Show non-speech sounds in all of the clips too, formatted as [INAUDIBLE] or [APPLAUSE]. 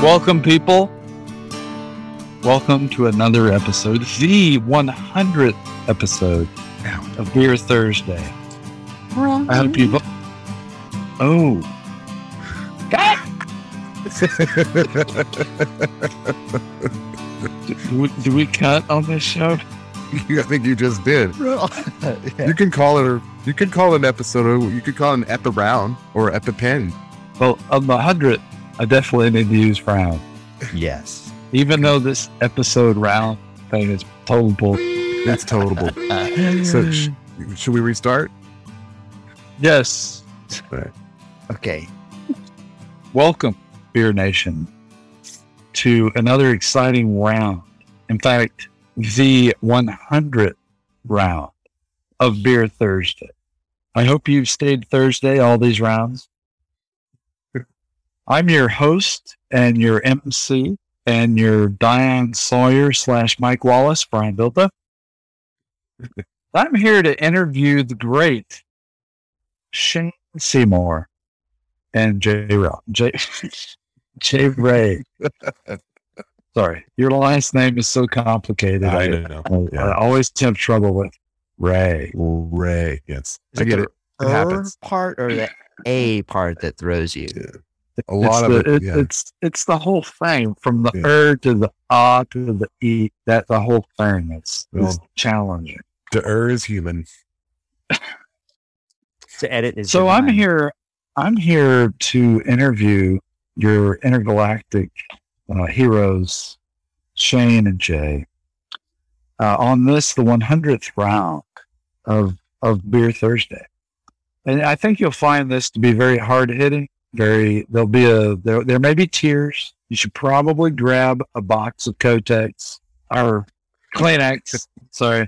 Welcome, people. Welcome to another episode, the 100th episode of Beer Thursday. I hope you. Vo- oh. God! [LAUGHS] Do we, do we cut on this show? [LAUGHS] I think you just did. You can call it. A, you can call an episode. or You could call it an epi round or epipen. Well, on the 100th, I definitely need to use round. [LAUGHS] Yes. Even though this episode round thing is total bull. [LAUGHS] That's totable. so sh- should we restart? Yes. okay. Welcome, Beer Nation, to another exciting round. In fact, the 100th round of Beer Thursday. I hope you've stayed Thursday all these rounds. I'm your host and your MC and your Diane Sawyer slash Mike Wallace, Brian Bilda. I'm here to interview the great Shane Seymour and J. Ra- [LAUGHS] J. J. Ray. Sorry, your last name is so complicated. I, know. I- I always have trouble with Ray. Ray. Yes, Is I it get the it. er happens. part or the a part that throws you? A lot it's of the, it. yeah. It's it's the whole thing from the Yeah. er to the ah to the e. That the whole thing is, is Well- challenging. The er is human. To edit is So I'm divine. here. I'm here to interview your intergalactic uh, heroes, Shane and Jay, uh, on this the 100th round of of Beer Thursday, and I think you'll find this to be very hard hitting. Very, there'll be a there. There may be tears. You should probably grab a box of Kotex or Kleenex. sorry,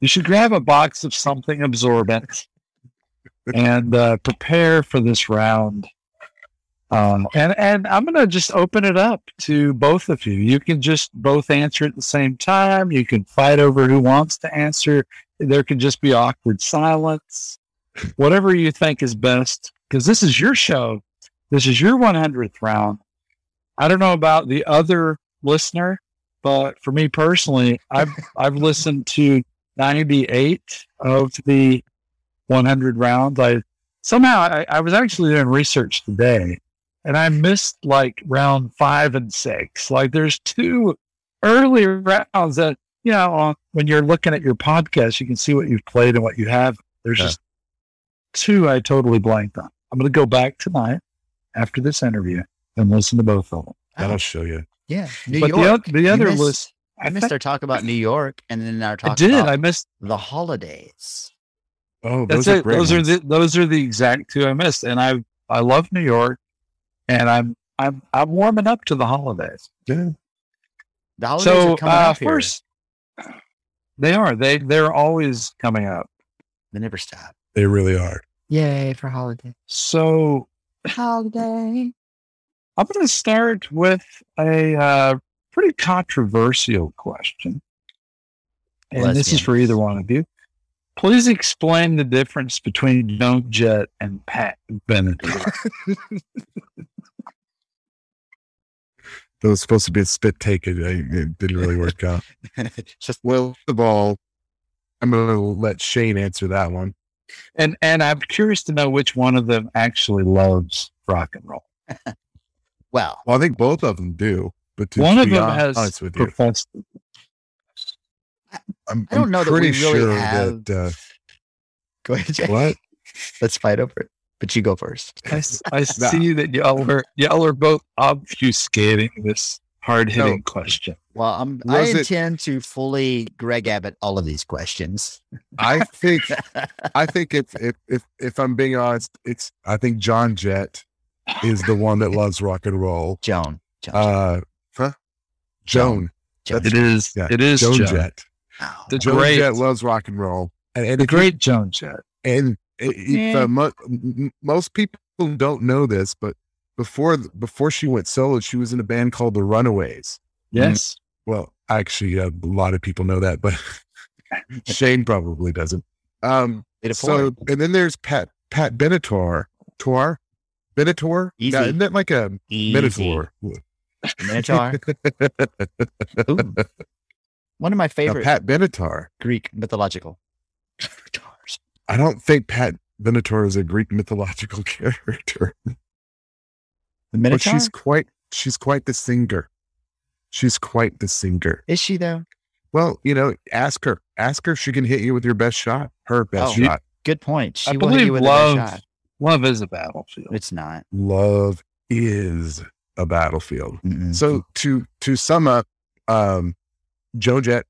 you should grab a box of something absorbent and uh, prepare for this round. Um, and and I'm gonna just open it up to both of you. You can just both answer at the same time. You can fight over who wants to answer. There could just be awkward silence. Whatever you think is best, because this is your show. This is your 100th round. I don't know about the other listener, but for me personally, I've I've listened to 98 of the 100 rounds. I somehow I, I was actually doing research today, and I missed like round five and six. Like there's two early rounds that you know on, when you're looking at your podcast, you can see what you've played and what you have. There's Yeah. just two I totally blanked on. I'm going to go back tonight after this interview and listen to both of them. That'll show you. Yeah. New but York. the, oth- the You other missed- list, I missed think- our talk about New York and then our talk I did. about I missed. the holidays. Oh, That's those are it. great Those ones. are the those are the exact two I missed, and I I love New York, and I'm I'm I'm warming up to the holidays. Yeah. The holidays so are coming uh, up here. first, they are they they're always coming up. They never stop. They really are. Yay for holiday. So Holiday. I'm going to start with a uh, pretty controversial question, and this is Lesbians. for either one of you. Please explain the difference between Joan Jett and Pat Benatar. That was supposed to be a spit take. It, it didn't really work [LAUGHS] out. [LAUGHS] Just Well, first of all, I'm gonna let Shane answer that one. And and I'm curious to know which one of them actually loves rock and roll. well. Well, I think both of them do, but to one of be them honest has with you, professed. I'm, I don't I'm know that we pretty really sure have- that Go ahead, uh, Jay. what Let's fight over it. But you go first. I, s- [LAUGHS] I see that y'all are y'all are both obfuscating this hard hitting No. question. Well, I'm, I Was it- intend to fully Greg Abbott all of these questions. I [LAUGHS] think. I think if if if if I'm being honest, it's I think John Jett is the one that loves rock and roll. Joan. Joan. Uh, huh? Joan. Joan. It is Yeah, it is Joan Joan, Jett. Oh, The Joan great Jett loves rock and roll. And, and the if you- great Joan Jett. and it, it- uh, mo- m- most people don't know this, but before th- before she went solo, she was in a band called the Runaways. Yes, Well, actually, a lot of people know that, but [LAUGHS] Shane probably doesn't. Um, Made a so, point. and then there's Pat Pat Benatar, Tor, Benatar. Easy. isn't that like a [LAUGHS] Easy. minotaur? Minotaur. Ooh. [LAUGHS] One of my Now, favorite Pat Benatar. Greek mythological. I don't think Pat Benatar is a Greek mythological [LAUGHS] character, The but Minotaur? she's quite she's quite the singer. She's quite the singer. Is she though? Well, you know, ask her. Ask her if she can hit you with your best shot. Her best Oh. shot. Good point. I She will hit believe you with a best love- shot. Love is a battlefield. It's not. Love is a battlefield. Mm-mm. So to to sum up, um, Joan Jett,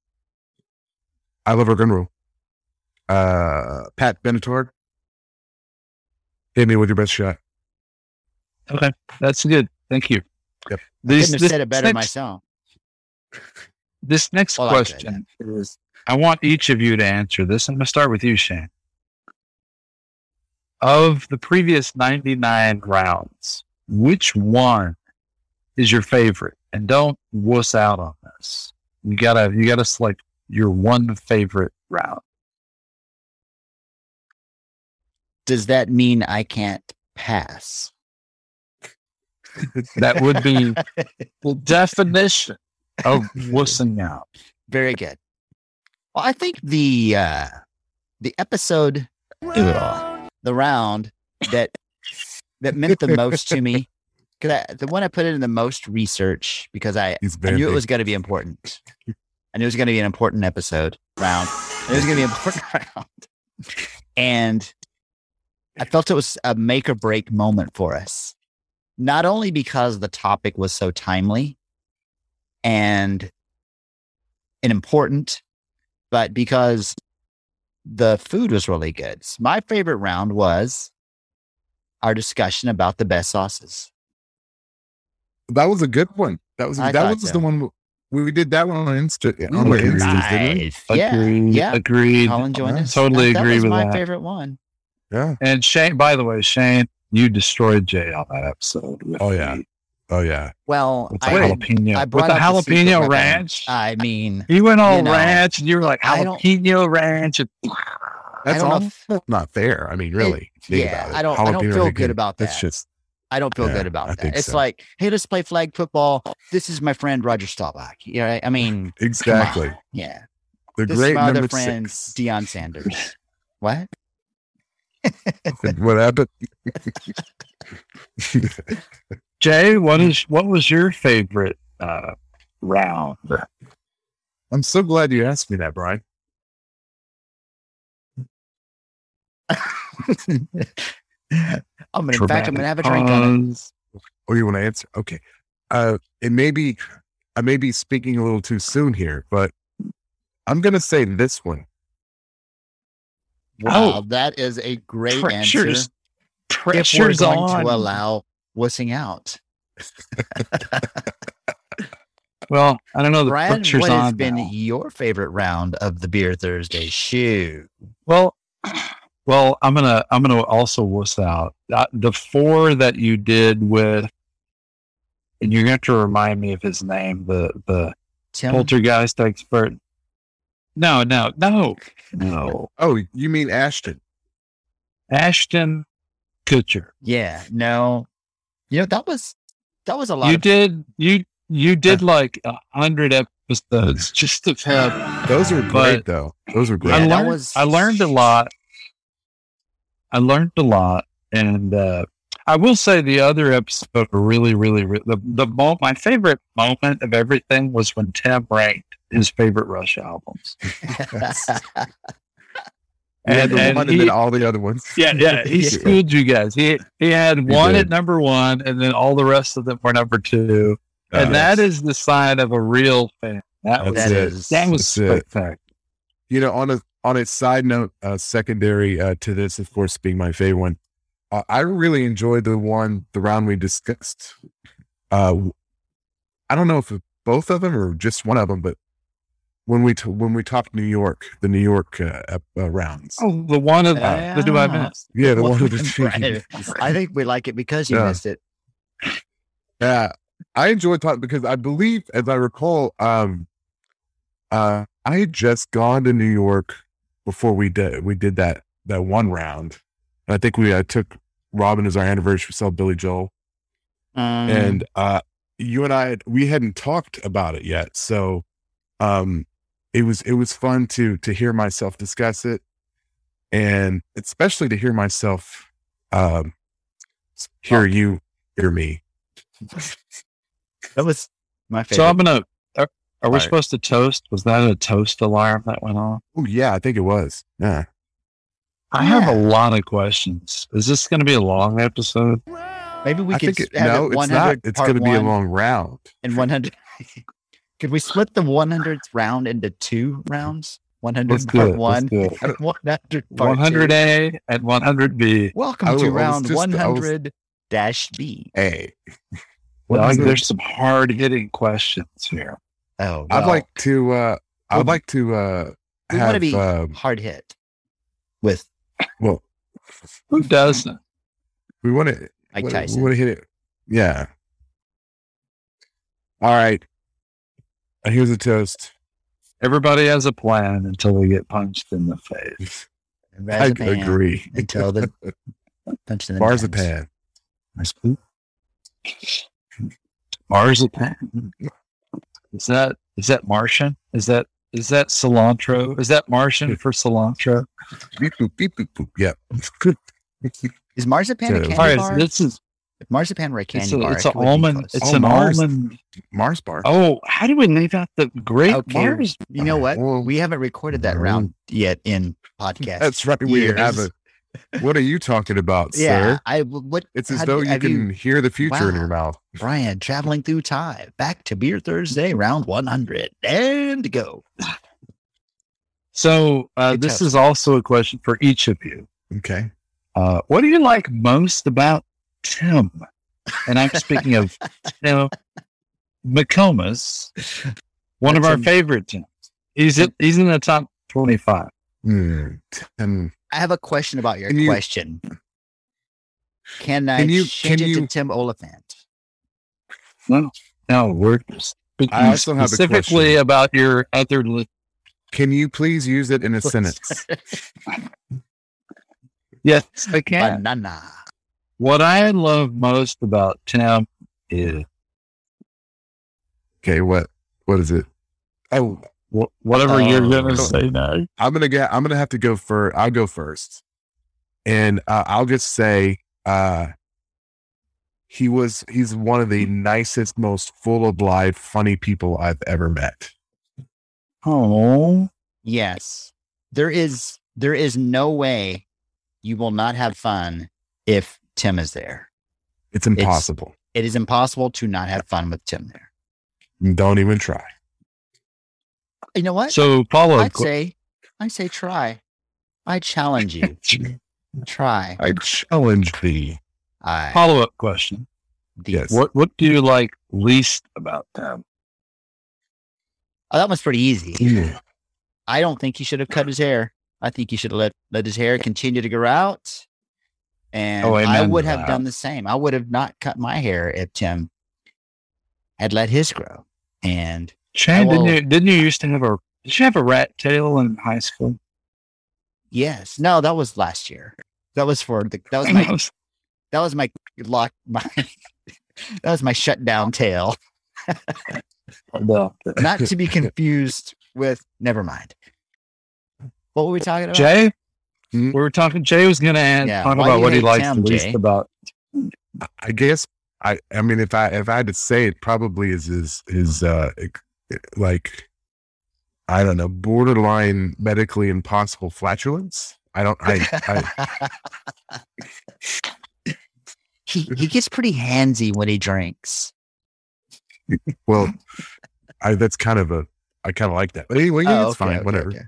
I love her gun rule. Uh, Pat Benatar, hit me with your best shot. Okay, that's good. Thank you. Yep. This, couldn't have this said it better next, myself. This next Well, I could. question is: I want each of you to answer this. I'm going to start with you, Shane. Of the previous 99 rounds, which one is your favorite? And don't wuss out on this. You gotta, you gotta select your one favorite round. Does that mean I can't pass? That would [LAUGHS] be the definition of wussing out. Very good. Well, I think the uh the episode do it all. the round that that meant the most to me because the one I put in the most research because I, He's I very knew it big. was going to be important. I knew it was going to be an important episode round. It was going to be an important [LAUGHS] round, and I felt it was a make or break moment for us. Not only because the topic was so timely and and important, but because the food was really good. S- My favorite round was our discussion about the best sauces. That was a good one. That was I that thought was so. the one we, we did that one on Insta. We on were Insta, didn't we? Nice. Yeah. Agreed. Yeah. Agreed. Colin joined us. Totally that, agree that was with my that. favorite one. Yeah. And Shane, by the way, Shane, you destroyed Jay on that episode. With Oh, yeah. the, Oh yeah. Well, with the I, Wait. jalapeno, I with brought the up the secret jalapeno weapon. ranch. I mean, you went all you know, ranch, and you were like I don't- jalapeno ranch. And, I That's don't know all if- not fair. I mean, really. think yeah, about it. I don't- I don't Jalapeno feel Rican, good about That's that. just I don't feel Yeah, good I about think that. It's so. like, hey, let's play flag football. This is my friend Roger Staubach. You know, I mean, come on. exactly Yeah. the This great is my other number friend six. [LAUGHS] Deion Sanders. what? [LAUGHS] what happened? [LAUGHS] Jay, what is what was your favorite uh, round? I'm so glad you asked me that, Brian. I'm gonna, in fact, I'm gonna have a drink on it. Oh, you want to answer? Okay. Uh, it may be, I may be speaking a little too soon here, but I'm going to say this one. Wow, Oh. that is a great Pressure's, answer. If we're pressure's going on. to allow wussing out, well, I don't know. Oh, The Brian, pressure's what has on. been now. your favorite round of the Beer Thursday shoe? Well, [CLEARS THROAT] well, I'm gonna I'm gonna also wuss out Uh, the four that you did with, and you're gonna have to remind me of his name. The the Tim, poltergeist expert. No, no, [LAUGHS] no, no. Oh, you mean Ashton? Ashton Kutcher. yeah, no, you know that was that was a lot. You of, [LAUGHS] did you you did like a hundred episodes just of him. Those are great, But- though. Those are Yeah, I great. that learned was- I learned a lot. I learned a lot, and uh, I will say the other episode really, really, really the the mo- my favorite moment of everything was when Tim ranked his favorite Rush albums. We had And- the and one he- and then all the other ones. Yeah, yeah, he [LAUGHS] [LAUGHS] Yeah. schooled you guys. He he had one did. at number one, and then all the rest of them were number two, and Uh, that is the sign of a real fan. That was That's that it. is that was That's it. spectacular. you know, on a on its side note, uh, secondary uh, to this, of course, being my favorite one, uh, I really enjoyed the one the round we discussed. Uh, I don't know if both of them or just one of them, but when we t- when we talked New York, the New York uh, ep- uh, rounds, Oh, the one of Ah. the do I miss? yeah, [LAUGHS] the one with Right. the I think we like it because you Yeah. missed it. yeah, I enjoyed talking because I believe, as I recall, um, uh, I had just gone to New York before we did we did that that one round, and I think we uh, took Robin as our anniversary. We saw Billy Joel, Um, and uh, you and I had, we hadn't talked about it yet, so um, it was it was fun to to hear myself discuss it, and especially to hear myself um, s- hear Talk. you hear me. That was my favorite. So I'm gonna. Are, are we Alright. supposed to toast? Was that a toast alarm that went off? Oh yeah, I think it was. Yeah, I have a lot of questions. Is this going to be a long episode? Maybe we I could think it, have no, it it's not. 100 It's part going to be a one long round. and 100. [LAUGHS] could we split the 100th round into two rounds? 100 Let's do part it. one, Let's do it. [LAUGHS] [LAUGHS] and 100 part two. 100A and 100B. Welcome I was- I to was round just- I was- 100 dash B. Hey, Like, is it? there's some hard hitting questions here. Oh, I'd well, like to. uh I'd Well, like to uh, we wanna have. be- um, hard hit with well, Who doesn't? we want to Mike What- Tyson. What, hit it? Yeah. All right. Uh, Here's a toast. Everybody has a plan until they get punched in the face. I Resume agree. Until the [LAUGHS] punch in the nose. Marzipan. Marzipan. Marzipan. Is that is that Martian? Is that is that cilantro? Is that Martian for cilantro? Beep, boop, beep, boop, boop. Yep. [LAUGHS] Is marzipan a Yeah. candy All bar? right, this is If marzipan were a candy it's a, bar, it's it an would be almond. close. It's Oh, an Mars. almond. Mars bar. Oh, how do we leave out the grape Okay. Mars? you know what? Well, We haven't recorded that no. round yet in podcast. Oh. Mm-hmm. [LAUGHS] that's right. We years. have a. What are you talking about, yeah. sir? I what? It's as how though did- you have can hear the future in Wow. your mouth. Brian traveling through time back to Beer Thursday round one hundred and go. So uh, It this does. is also a question for each of you. Okay. Uh, what do you like most about Tim? And I'm speaking of you know McComas, one of That's our a- favorite Tims. He's in, he's in the top twenty five. Hmm. Ten. I have a question about your Can you- question. Can I Can you- change can it to you- Tim Oliphant? No, we're speaking I also have a specifically question. about your other list. Can you please use it in a [LAUGHS] [LAUGHS] sentence? Yes, I can. Banana. What I love most about Tim is Okay. What? What is it? Oh, wh- whatever you're Oh. gonna say now. I'm gonna get. I'm gonna have to go first. I'll go first, and uh, I'll just say uh, he was. He's one of the nicest, most full of life, funny people I've ever met. Oh, Yes. There is there is no way you will not have fun if Tim is there. It's impossible. It is impossible to not have fun with Tim there. Don't even try. You know what? so Paulo, I'd say I say try. I [LAUGHS] challenge you. try. I challenge thee. I follow up question. the, Yes. What what do you like least about them? Oh, that one's pretty easy. [LAUGHS] Yeah. I don't think he should have cut his hair. I think he should have let, let his hair continue to grow out. And Oh, I amen would to have that. done the same. I would have not cut my hair if Tim had let his grow. And Shane, I didn't will- you didn't you used to have a did you have a rat tail in high school? Yes. No, that was last year. That was for the [LAUGHS] that [LAUGHS] was my that was my lock my [LAUGHS] that was my shutdown tale. No. Not [LAUGHS] to be confused with never mind. What were we talking about? Jay, Hmm? we were talking. Jay was going to add, Yeah, talk why about you what he hate likes Tim, the least Jay? about. I guess. I. I mean, if I if I had to say it, probably is is is uh like I don't know, borderline medically impossible flatulence. I don't. I. [LAUGHS] I [LAUGHS] he he gets pretty handsy when he drinks. Well, I, that's kind of a, I kind of like that. But anyway, yeah, Oh, it's okay, fine. okay, whatever. okay.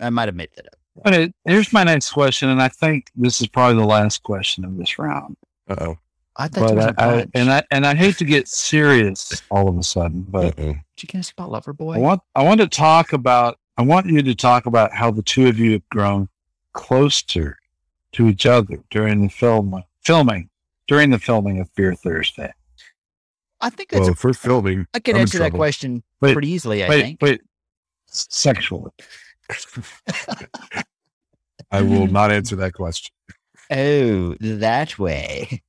I might have made that up. But it, here's my next question, and I think this is probably the last question of this round. Uh I thought there was But a I, I, bunch. and I and I hate to get serious all of a sudden, oh. but Did you guys about Loverboy? I want I want to talk about I want you to talk about how the two of you have grown closer to each other during the film filming during the filming of Beer Thursday. I think that's Well, a, if we're filming, I can I'm in answer that trouble. question Wait, pretty easily, I wait, think. wait, s- sexually. I [LAUGHS] will not answer that question. Oh, that way.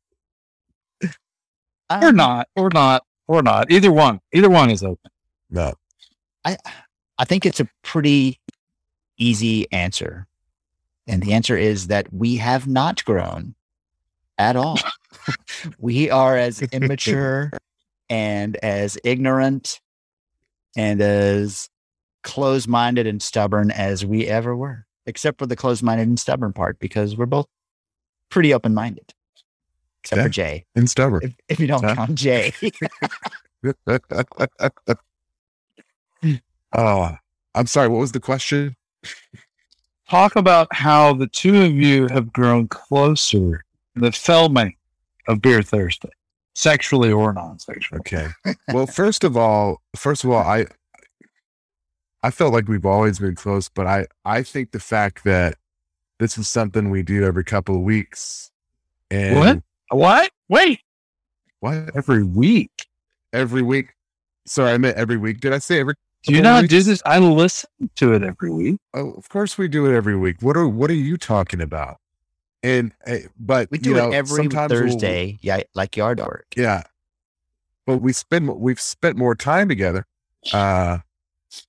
Or Um, not, or not. or not. Either one. Either one is open. No. I I think it's a pretty easy answer. And the answer is that we have not grown at all. we are as immature and as ignorant and as closed minded and stubborn as we ever were, except for the closed minded and stubborn part, because we're both pretty open minded, except Yeah. for Jay, And stubborn. if, if you don't Huh? count [LAUGHS] Jay. [LAUGHS] oh, I'm sorry. What was the question? Talk about how the two of you have grown closer in the filming of Beer Thursday, sexually or non sexually. Okay. Well, first of all, first of all, I I felt like we've always been close, but I I think the fact that this is something we do every couple of weeks and What? What? Wait. what? Every week. every week. Sorry, I meant every week. Did I say every? Do you couple of not do weeks? this? I listen to it every week. Oh, of course we do it every week. What are What are you talking about? And eh, but We you do know, it every sometimes we'll- Thursday, yeah, like yard work. yeah, but we spend we've spent more time together. Uh,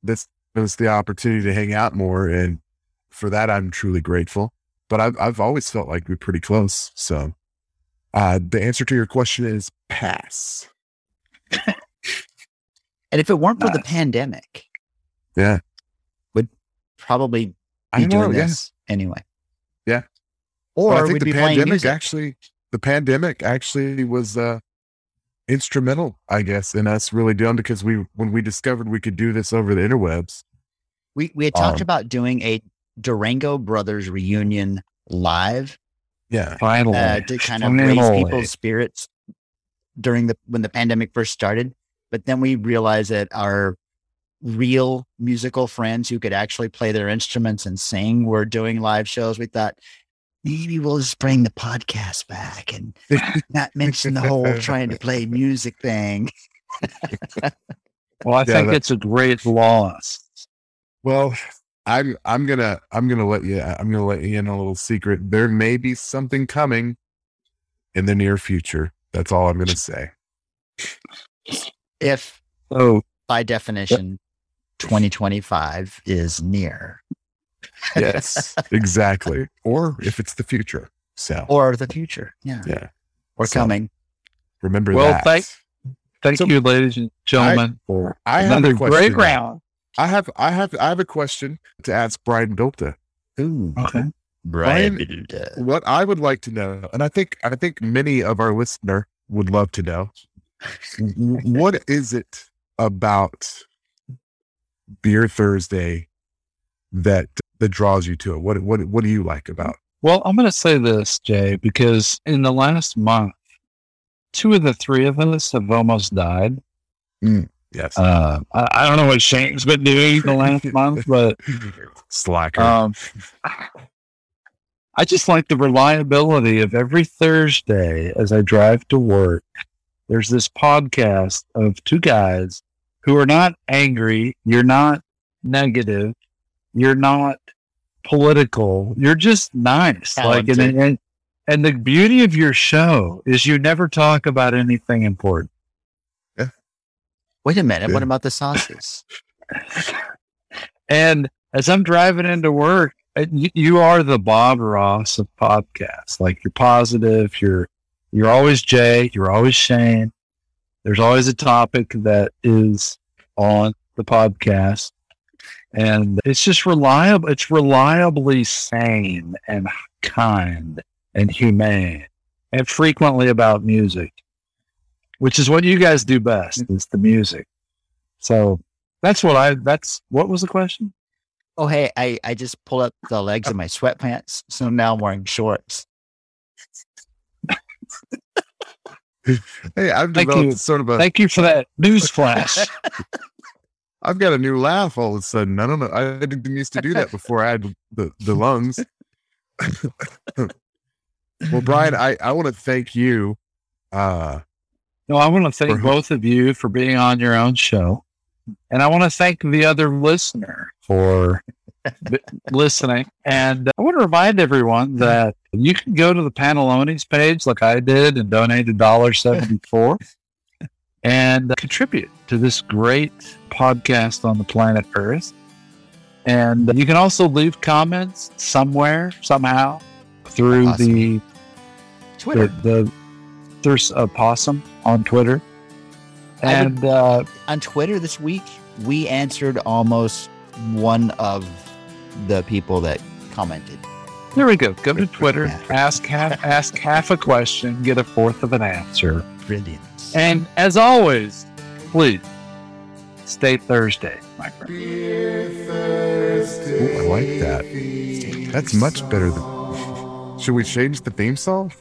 this was the opportunity to hang out more, and for that I'm truly grateful. But I've I've always felt like we're pretty close. So, uh, the answer to your question is pass. And if it weren't for the Nice. pandemic, Yeah. would probably be I know. doing yeah. this anyway. Yeah. Or Well, I we'd think the be playing pandemic music. actually the pandemic actually was uh instrumental, I guess, in us really doing because we when we discovered we could do this over the interwebs. we we had talked um, about doing a Durango Brothers reunion live Yeah. Finally. uh, to kind of raise Finally. people's spirits during the when the pandemic first started. But then we realized that our real musical friends who could actually play their instruments and sing were doing live shows. We thought maybe we'll just bring the podcast back and [LAUGHS] not mention the whole trying to play music thing. Well, I Yeah, think that- it's a great loss. Well, I'm I'm gonna I'm gonna let you I'm gonna let you in on a little secret. There may be something coming in the near future. That's all I'm gonna say. If So by definition, 2025 is near Yes. [LAUGHS] exactly. Or if it's the future. So or the future. Yeah. yeah. Or So, coming. Remember Well, that. thank- thank So- you, ladies and gentlemen, for I have a another question. great round. I have I have I have a question to ask Brian Bilta. Ooh. Okay. Brian. What I would like to know, and I think I think many of our listener would love to know, mm-hmm. w- what is it about Beer Thursday that that draws you to it? What what what do you like about? Well, I'm going to say this, Jay, because in the last month, two of the three of us have almost died. It? Yes, Uh, I, I don't know what Shane's been doing the last [LAUGHS] month, but slacker. um, I just like the reliability of every Thursday as I drive to work. There's this podcast of two guys who are not angry. You're not negative. You're not political. You're just nice. Like, and, Talented. and, and the beauty of your show is you never talk about anything important. Wait a minute. What Yeah. about the sauces? And as I'm driving into work, uh, you, you are the Bob Ross of podcasts. Like you're positive. You're you're always Jay. You're always Shane. There's always a topic that is on the podcast, and it's just reliable. It's reliably sane and kind and humane, and frequently about music, which is what you guys do best. Is the music. So that's what I. That's what was the question. oh, hey, I, I just pulled up the legs of my sweatpants. So now I'm wearing shorts. hey, I've thank developed you. sort of [LAUGHS] a. Thank you for that news [LAUGHS] flash. I've got a new laugh all of a sudden. I don't know. I didn't used to do that before I had the, the lungs. [LAUGHS] well, Brian, I, I want to thank you. Uh, no, I want to thank For who- both of you for being on your own show, and I want to thank the other listener for b- listening. And uh, I want to remind everyone that you can [LAUGHS] go to the Panelones page, like I did, and donate a dollar seventy four. and contribute to this great podcast on the planet Earth. And you can also leave comments somewhere, somehow, through Awesome. the Twitter. the, the there's a possum on Twitter. I would- And uh, on Twitter this week, we answered almost one of the people that commented. there we go. Go to Twitter, Yeah. ask half, ask half a question, get a fourth of an answer. Brilliant. And as always, please stay Thursday, my friend. Ooh, I like that. [LAUGHS] That's much better than. Should we change the theme song?